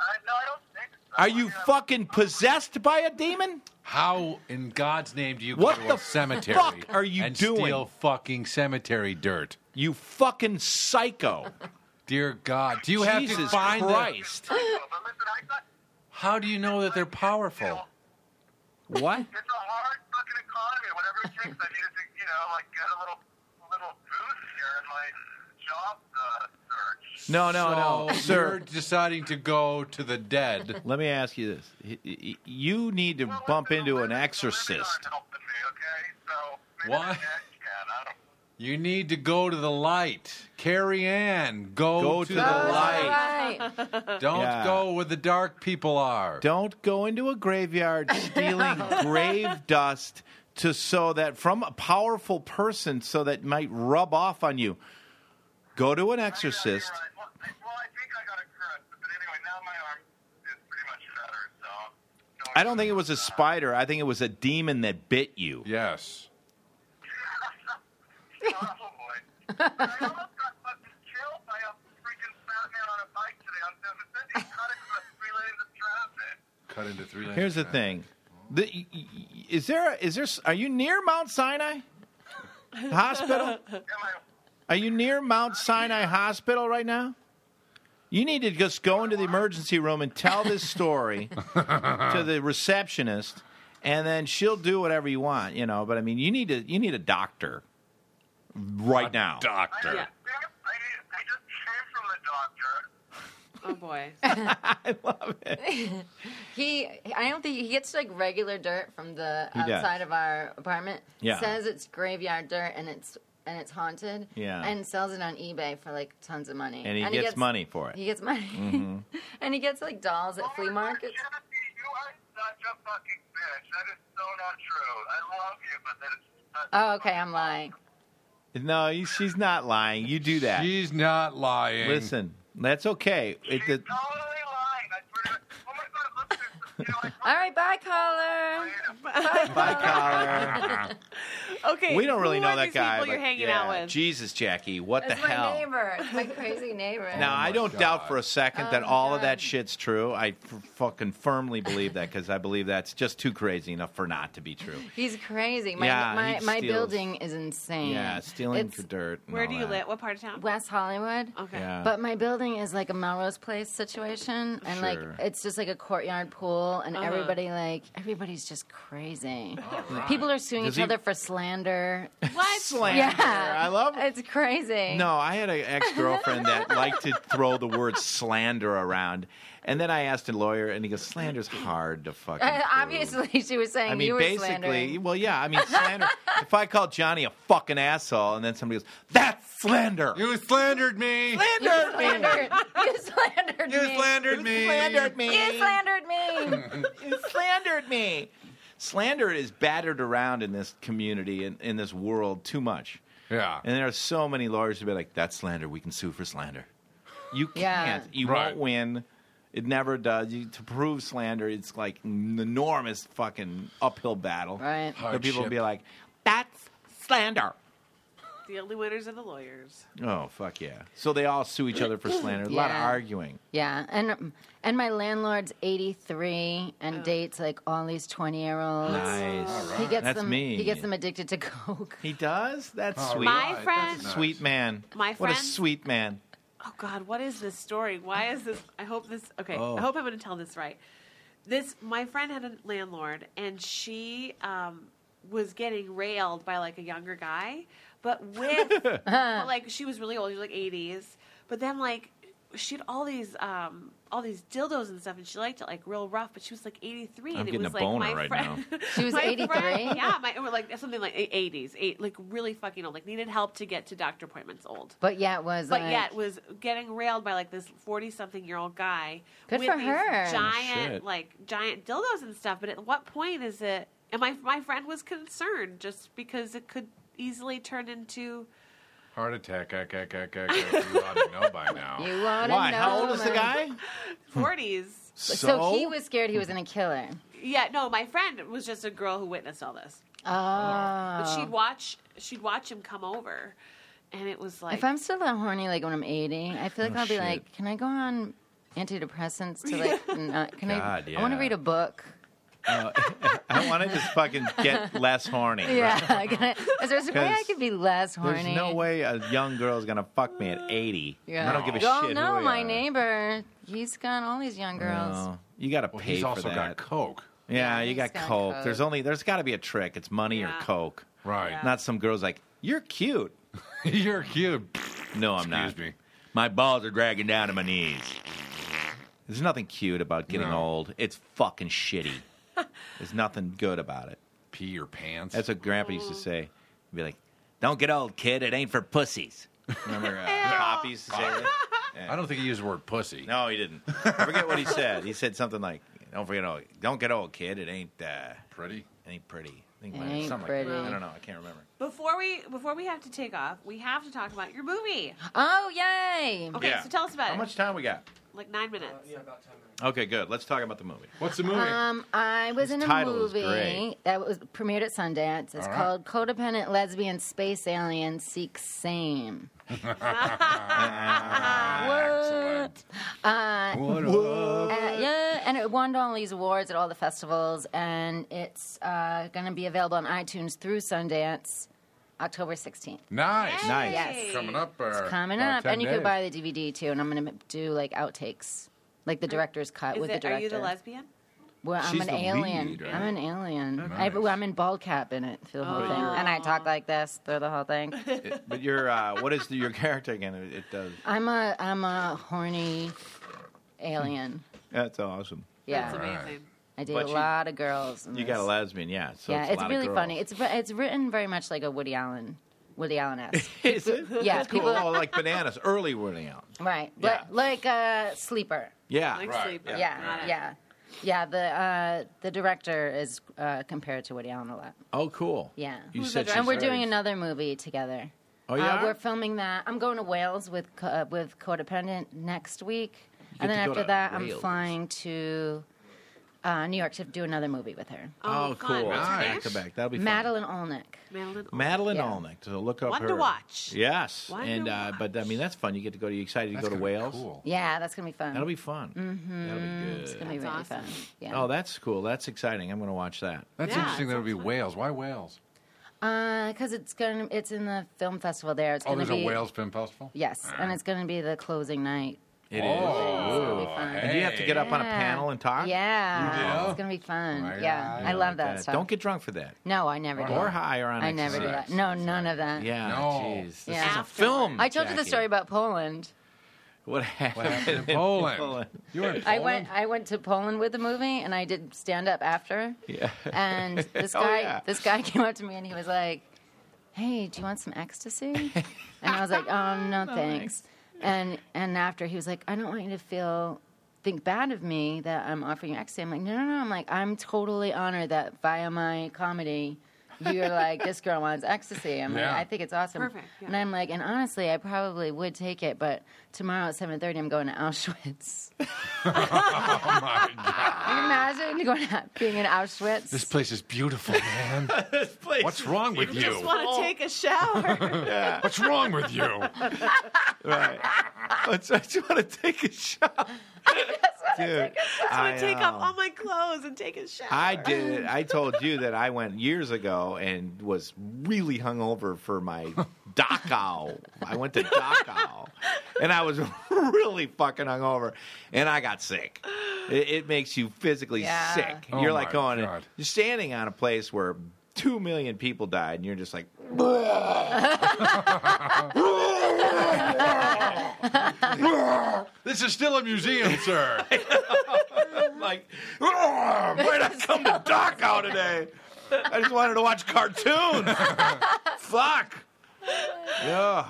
I, no, I don't think so. Are you Yeah. fucking possessed by a demon? How in God's name do you What go to the a cemetery fuck are you and doing? steal fucking cemetery dirt? You fucking psycho. Dear God, do [LAUGHS] you have Jesus to find the- Christ. But listen, I got, How do you know that they're powerful? What? it's a hard fucking economy. Whatever it takes, I needed to, you know, like get a little, little boost here in my job uh, search. No, no, no. So Sir, You're deciding to go to the dead. let me ask you this. Y- y- You need to Well, bump listen, into an the women- the women exorcist. aren't helping me, okay? So maybe Why? the dads can, I don't You need to go to the light. Carrie Ann, go, Go to the the light. Right. Don't Yeah. go where the dark people are. Don't go into a [LAUGHS] graveyard stealing grave dust to so that from a powerful person so that might rub off on you. Go to an exorcist. Yeah, you're right. Well, I- well, I think I got it correct, but anyway, now my arm is pretty much better, so. I don't think it was a [LAUGHS] spider. I think it was a demon that bit you. Yes. Probably. Oh, But I almost got fucking killed by a freaking fat man on a bike today on 750. He cut it with three lanes of traffic. Cut into three lanes. Here's the thing. The, y- y- is there a- is there s- are you near Mount Sinai Hospital? Am I? Are you near Mount Sinai Hospital right now? You need to just go into the emergency room and tell this story to the receptionist, and then she'll do whatever you want, you know. But I mean, you need to you need a doctor right now. I, Doctor. Yeah. just- I, I just came from the doctor. Oh [LAUGHS] [LAUGHS] boy. I love it. He, I don't think he gets like regular dirt from the He does. outside of our apartment. Yeah. Says it's graveyard dirt and it's and it's haunted. Yeah. And sells it on eBay for like tons of money. And he gets, money for He it. Mm-hmm. gets money. [LAUGHS] and he gets like dolls at flea Oh my God, markets. Timothy, you are such a fucking bitch. That is so not true. I love you, but that is. Such Oh, okay, I'm lying. No, you- she's not lying. You do that. She's not lying. Listen, that's okay. It, She's the, totally lying. I swear to God. Oh my God, look, there's- you know, I All right, bye, caller. bye, Collar. [LAUGHS] Okay. We don't really who know are that these guy. People you're but hanging yeah, out with. Jesus, Jackie, what That's the my hell? neighbor. It's my [LAUGHS] crazy neighbor. Now Oh I my don't God. doubt for a second Oh that my all of God. that shit's true. I f- fucking firmly believe that because I believe that's just too crazy enough for not to be [LAUGHS] true. He's crazy. My Yeah, my, he my steals. building is insane. Yeah, stealing It's your dirt. and Where all do you that. live? What part of town? West Hollywood. Okay. Yeah. But my building is like a Melrose Place situation, and like Sure. it's just like a courtyard pool, and Uh-huh. everybody like everybody's just crazy. All right. People are suing Does each he- other for [LAUGHS] slander. What? Slander. Yeah. I [LAUGHS] love. it's crazy. No, I had an ex girlfriend that liked to throw the word slander around, and then I asked a lawyer, and he goes, "Slander's hard to fucking." Uh, prove." [LAUGHS] obviously she was saying I mean, you were basically, [LAUGHS] slandering. well, yeah. I mean, slander. [LAUGHS] if I call Johnny a fucking asshole, and then somebody goes, "That's slander," You slandered me. You slandered. [LAUGHS] You slandered You me. slandered me. You slandered me. You slandered [LAUGHS] me. You slandered me. Slander is battered around in this community and in this world too much. Yeah. And there are so many lawyers who be like, that's slander. We can sue for slander. You Yeah. can't. You Right. won't win. It never does. You, to prove slander, it's like an enormous fucking uphill battle. right. Where people Hardship. be like, that's slander. The only winners are the lawyers. Oh, fuck yeah. So they all sue [COUGHS] each other for slander. A lot of Yeah. arguing. Yeah, and and my landlord's eighty three and dates like all these twenty year olds. Nice. He gets That's them. me. He gets them addicted to [LAUGHS] coke. He does? That's All sweet. My right, that's friend- nice. Sweet man. My What a friend- sweet man. Oh God, what is this story? Why is this? I hope this. Okay, Oh. I hope I'm going to tell this right. This my friend had a landlord, and she um, was getting railed by like a younger guy, but [LAUGHS] with but, like she was really old, she was like 80s. But then like she had all these um, all these dildos and stuff, and she liked it like real rough. But she was like 83, I'm and it getting was a like boner my right friend. [LAUGHS] She was my 83? friend- yeah, my or, like something like 80s, eight, like really fucking old, like needed help to get to doctor appointments. Old. But yeah, it was. But like, yet was getting railed by like this forty something year old guy Good with for these her. giant Shit. like giant dildos and stuff. But at what point is it? And my my friend was concerned just because it could easily turn into Heart attack. Ack, ack, ack, ack, ack. You ought to know by now. [LAUGHS] you ought to Why? know. How old is the man. guy? forties. So, he was scared he was gonna kill her. yeah, no, my friend was just a girl who witnessed all this. Oh. But she'd watch she'd watch him come over and it was like If I'm still that horny, like when I'm 80, I feel like Oh, I'll be shit. like, can I go on antidepressants to like, [LAUGHS] not, can God, I? I want to yeah. read a [LAUGHS] book. uh, I want to just fucking [LAUGHS] get less horny. Yeah. [LAUGHS] can I, is there some way I 'Cause could be less horny? There's no way a young girl's gonna fuck me at 80. I don't give a Well, shit. no, who we my are. neighbor, he's got all these young girls. No, you gotta pay Well, he's for also that. got coke. yeah, Yeah, you he's got, got coke. coke. There's only there's got to be a trick. It's money Yeah. or coke. Right. Yeah. Not some girls like you're cute. [LAUGHS] You're cute. No, I'm not. Excuse me. My balls are dragging down to my knees. There's nothing cute about getting No. old. It's fucking shitty. [LAUGHS] There's nothing good about it. Pee your pants. That's what Grandpa used to say. He'd be like, "Don't get old, kid. It ain't for pussies." Remember, uh, Poppy used to [LAUGHS] say that? I don't think he used the word pussy. No, he didn't. I forget what he said. He said something like, "Don't forget old. Don't get old, kid. It ain't uh, Pretty. it ain't pretty." I think It like- ain't something Like pretty. that. I don't know. I can't remember. before we before we have to take off, we have to talk about your movie. Oh, yay. Okay, Yeah. so tell us about How it. much time we got? Like nine minutes. Yeah, about 10 minutes. Okay, good. Let's talk about the movie. What's the movie? Um, I was His in a title is movie great. that was premiered at Sundance. It's All called right. Codependent Lesbian Space Alien Seeks Same. Ah, Excellent. Uh, What up? Uh, yeah, and it won all these awards at all the festivals, and it's uh, going to be available on iTunes through Sundance, October 16th. Nice. Yay. Nice. Yes. Coming up. Or Coming about up, and 10 you can days. buy the DVD too. And I'm going to do like outtakes, like the director's cut Is with it, the are director. you the lesbian? Well, I'm She's an the alien. lead, right? I'm an alien. Nice. Oh, I, well, I'm in bald cap in it through the whole But thing, you're- and I talk like this through the whole thing. It- but your uh, what is the, your [LAUGHS] character again? It, it does. I'm a I'm a horny alien. That's awesome. Yeah, That's All right. amazing. I date But a you- lot of girls. in You got a this. lesbian, yeah. So yeah, it's, a it's, lot of really girls. funny. It's it's written very much like a Woody Allen, Woody Allen [LAUGHS] esque. Is it? Yeah, It's [LAUGHS] cool. people- Oh, like bananas. Early Woody Allen. right, Yeah. but like uh, Sleeper. Yeah. Like Right. sleep. Yeah, Got yeah, it. yeah. The uh, the director is uh, compared to Woody Allen a lot. Oh, cool. Yeah, You Who's said the she's and we're doing very- another movie together. Oh Uh, yeah. we're filming that. I'm going to Wales with co- uh, with Codependent next week, and get then to go after to that, I'm Wales. flying to uh, New York to do another movie with her, oh, fun. cool. What's her name? Back to back. That'll be fun. Madeline Olnick. Madeline. Madeline Yeah. Olnick. So look up One to her. watch. Yes, One and to uh, but I mean that's fun. You get to go. to You excited to go That's to gonna be Wales? Cool. Yeah, that's gonna be fun. That'll be fun. Mm-hmm. That'll be it's good. gonna be That's really awesome. fun. Yeah. Oh, that's cool. That's exciting. I'm going to watch that. That's Yeah, interesting. it That'll be sounds fun. Wales. Why Wales? because Uh, it's gonna it's in the film festival there. It's Oh, gonna there's be a Wales Film Festival. Yes, and it's gonna be the closing night. It is. It's gonna be Oh, fun. And do you have to get up on a Yeah. panel and talk? Yeah, do? it's gonna be fun. Right yeah, on. I love that Like stuff. Don't get drunk for that. no, I never do. Or high or on. I never do that. exercise. No, none of that. Yeah. No. Jeez. Yeah. This is a Afterward. film. I told you the Jackie. story about Poland. What happened, [LAUGHS] What happened in Poland? Poland. [LAUGHS] You were in Poland? I went I went to Poland with the movie and I did stand up after. Yeah. [LAUGHS] And this Oh, guy yeah. this guy [LAUGHS] came up to me and he was like, "Hey, do you want some [LAUGHS] ecstasy?" and I was like, "Oh, no, thanks." And and after he was like, "I don't want you to feel think bad of me that I'm offering you ecstasy." I'm like, "No, no, no." I'm like, "I'm totally honored that via my comedy you're like this girl wants ecstasy. I'm Yeah. like, I think it's awesome. Perfect, yeah. And I'm like, and honestly, I probably would take it, but tomorrow at 7:30, I'm going to Auschwitz. Oh my god! Can you imagine [LAUGHS] going out, being in Auschwitz? This place is beautiful, [LAUGHS] man. This place. What's wrong with Just you? want to take a shower. [LAUGHS] Yeah. What's wrong with you? right. Let's, I just want to take [LAUGHS] a shot. Dude, I um, want to take know. off all my clothes and take a shower. [LAUGHS] I did it. I told you that I went years ago and was really hungover for my Dachau. I went to Dachau, and I was [LAUGHS] really fucking hungover, and I got sick. It, it makes you physically Yeah. sick. Oh you're like my going, God. you're standing on a place where two million people died, and you're just like, This is still a museum, sir. like, "Oh, wait, I [LAUGHS] come to Dachau today. I [LAUGHS] [SIGHS] just wanted to watch cartoons. Fuck. Yeah.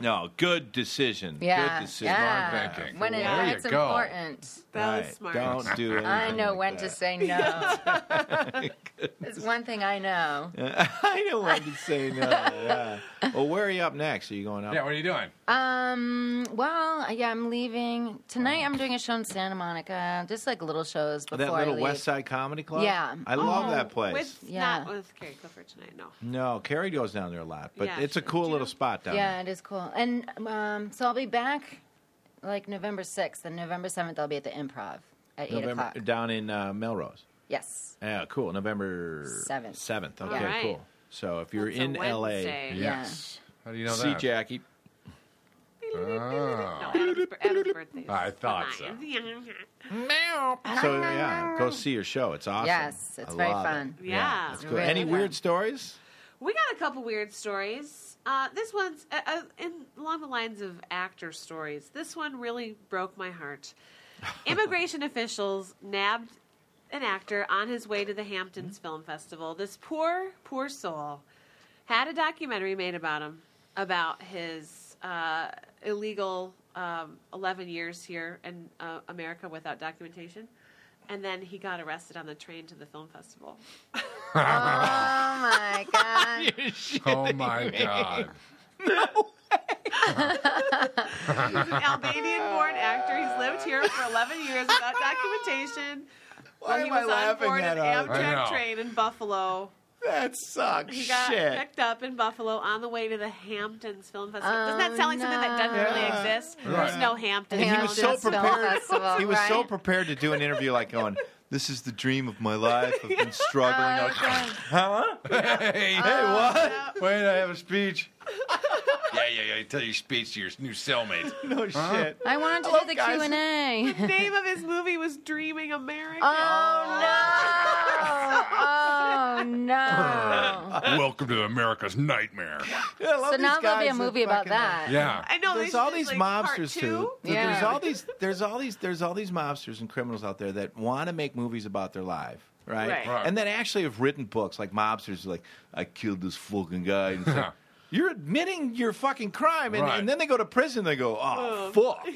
No, good decision. Yeah, Good decision. yeah. thinking. When it, There when you it's go. important, That was Right. smart. Don't do [LAUGHS] it. I know when to say no. [LAUGHS] It's one thing I know. I know when to say no. [LAUGHS] Yeah. Well, where are you up next? Are you going up? Yeah, what are you doing? Um. Well, yeah, I'm leaving tonight. I'm doing a show in Santa Monica, just like little shows before that little I leave. West Side Comedy Club. Yeah. I love Oh, that place. With, Yeah. Not with Carrie Clifford tonight, no. No, Carrie goes down there a lot, but Yeah, it's a she- cool do you little know- spot down Yeah, it is cool. And um, so I'll be back like November sixth and November seventh. I'll be at the Improv at there. eight November o'clock. down in uh, Melrose. [LAUGHS] Yes. Yeah, cool. November Seventh. Seventh. Okay, Alright. cool. So if you're It's a in Wednesday. Yes. How do you know LA, see that? Jackie. [LAUGHS] No, Oh. Adam's, Adam's birthday. is I thought the so. ninth. So yeah, go see her show. It's awesome. Yes, it's I very love it. fun. Yeah. It's cool. Really Any fun. weird stories? We got a couple weird stories. Uh, this one's uh, uh, in, along the lines of actor stories. This one really broke my heart. Immigration officials nabbed an actor on his way to the Hamptons Film Festival. This poor, poor soul had a documentary made about him, about his uh, illegal um, 11 years here in uh, America without documentation. And then he got arrested on the train to the film festival. Oh my god. Oh my god. He's an Albanian born actor. He's lived here for 11 years without documentation. Why when he am I was on laughing board at an all that? I Amtrak know. train in Buffalo. [LAUGHS] That sucks. He got Shit. picked up in Buffalo on the way to the Hamptons Film Festival. Doesn't that Oh, sound like something that doesn't no. really exist? There's Right. no Hamptons. And Oh, he Yeah, was it so was Film prepared. Festival, he was so right? prepared to do an interview, like going, "This is the dream of my life. [LAUGHS] I've been struggling." I Oh, was like, Okay. huh? [LAUGHS] [LAUGHS] Hey, Hey, what? [LAUGHS] wait, I have a speech. yeah, yeah, yeah. Tell your speech to your new cellmate. No shit. I wanted to Hello, do the Q guys. and [LAUGHS] The A. name of his movie was Dreaming America. Oh no! Oh [LAUGHS] no! Welcome to America's nightmare. Yeah, I love So these now there'll be guys a that movie about fucking, like, that. Yeah. I know. they there's should all do, these like, part mobsters too. two. Th- There's Yeah. all these there's all these there's all these mobsters and criminals out there that want to make movies about their life. Right? Right. Right. and then actually have written books like mobsters are like I killed this fucking guy. And it's [LAUGHS] like, You're admitting your fucking crime, and, Right. and then they go to prison. They go, "Oh [LAUGHS] fuck,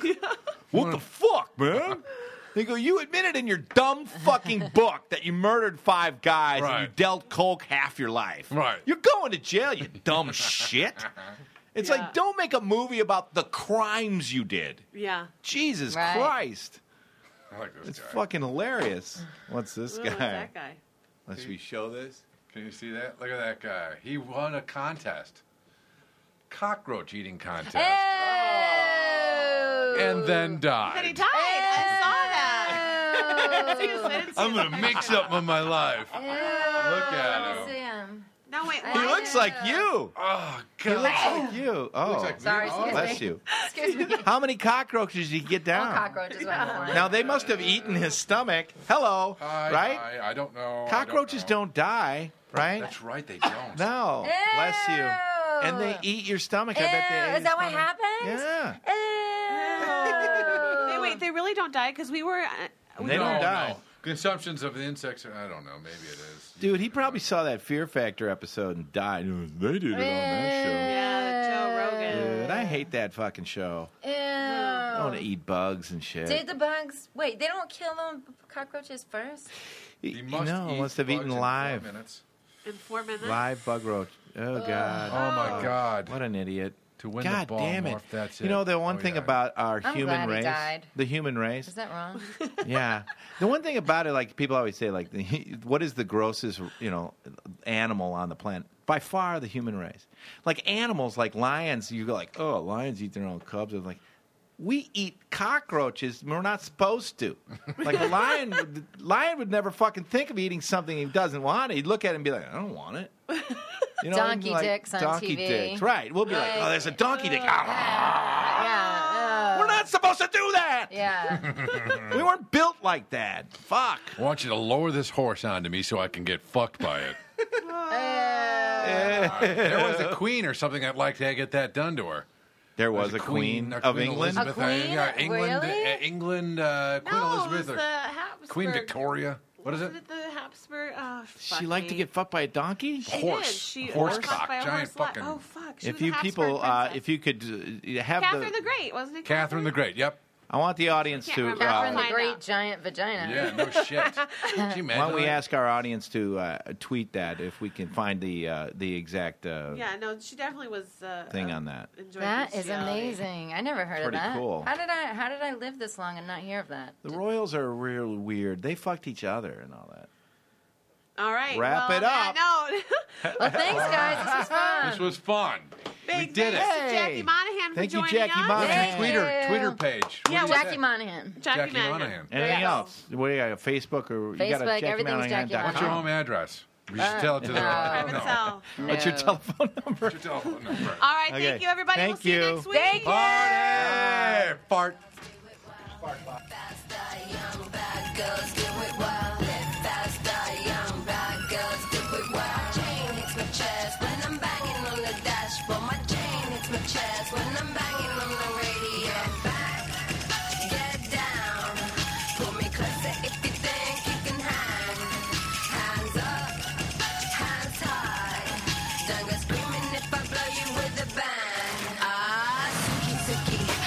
what the fuck, man?" [LAUGHS] They go, "You admitted in your dumb fucking book that you murdered five guys and you Right. dealt coke half your life. Right. You're going to jail, you dumb [LAUGHS] shit." It's Yeah. like, don't make a movie about the crimes you did. Yeah. Jesus Right. Christ. I like this It's guy. fucking hilarious. What's this Who guy? was that guy? Unless we show this. Can you see that? Look at that guy. He won a contest. Cockroach eating contest. Oh. And then That he died. died. I saw that. [LAUGHS] He Ew. was sentenced I'm to gonna the make picture. something of my life. Ew. at him. See him. No, wait. He He why looks did- like you. Oh He looks god. like you. Oh, Looks like me. Sorry, Oh, excuse bless me. you. [LAUGHS] Excuse me. How many cockroaches did you get down? Cockroaches went flying. Now, they must have eaten his stomach. Hello. Hi, right? hi, I don't know. I don't Cockroaches know. don't, die, right? That's right, they [LAUGHS] don't. No. Bless you. And they Ew. eat your stomach. I bet they Ew, ate Is that what his happened? stomach. Yeah. Ew. They, wait, they really don't die because we were. Uh, we They were, don't No, die. no. Consumptions of the insects. Are, I don't know. Maybe it is. Dude, he probably saw that Fear Factor episode and died. They did it on that show. Yeah, Joe Rogan. Dude, I hate that fucking show. I want to Ew. eat bugs and shit. Did Oh. the bugs wait? They don't kill them cockroaches first. You He must know, eat must have bugs eaten in four live, minutes. In four minutes. live bug roach. Oh god. Oh my god. What an idiot. To win the god ball damn it. morph, that's you know it. the one Oh, thing yeah. about our I'm human glad he race, died. the human race. Is that wrong? yeah. The one thing about it, like people always say, like, [LAUGHS] the, what is the grossest, you know, animal on the planet? By far, the human race. Like animals, like lions, you go like, oh, lions eat their own cubs. I'm like, we eat cockroaches. and We're not supposed to. Like a lion, [LAUGHS] would- lion would never fucking think of eating something he doesn't want. He'd look at it and be like, I don't want it. You know, Donkey like, dicks on donkey TV. dicks, right? We'll be like, Right. oh, there's a donkey dick. Ah, yeah. ew. we're not supposed to do that. Yeah. We weren't built like that. Fuck. I want you to lower this horse onto me so I can get fucked by [LAUGHS] it. there was a queen or something that liked to get that done to her. There was, There's a, queen, a of England. Elizabeth, A queen? uh, yeah, England, Really? uh, England, uh, Queen no, it was Elizabeth, the or Queen Habsburg Victoria. What is Wasn't it? The Habsburg. Oh, fuck She liked to me. get fucked by a donkey. She horse- Did. She horse was cock, fucked by a giant horse lot. fucking- Oh fuck! She if was a you Habsburg people, uh, princess. if you could uh, have Catherine the, the Great wasn't it? Catherine the Great. Yep. I want the audience Can't to. remember. Catherine Uh, the Find Great out. giant vagina. Yeah. No [LAUGHS] shit. Could you why imagine don't we that? ask our audience to uh, tweet that if we can find the uh, the exact uh, Yeah, no, she definitely was. Uh, thing uh, on that? enjoyed That is bestiality. amazing. I never heard Pretty of that. cool. How did I how did I live this long and not hear of [LAUGHS] that? The Royals are real weird. They fucked each other and all that. All right, Wrap well, it on up. that note, [LAUGHS] Well, thanks guys. This was fun. This was fun. big We did it. thanks to Hey. Jackie Monahan for Thank you, joining Jackie us. Monahan. Thank Twitter you. Twitter page. What do Yeah, you Jackie say? Monahan. Jackie, Jackie Monahan. Monahan. Anything Yes. else? What do you got? Facebook or you Facebook, got to check them out everything's on Jackie Yahoo.com. What's your home address? We should tell it to the. Uh, no. Private cell. What's your No. telephone [LAUGHS] number? What's your telephone number? All right, Okay. thank you, everybody. we'll Thank see you you. next week. Thank you. Party! Fart. Screaming if I blow you with a bang. Ah, suki, suki.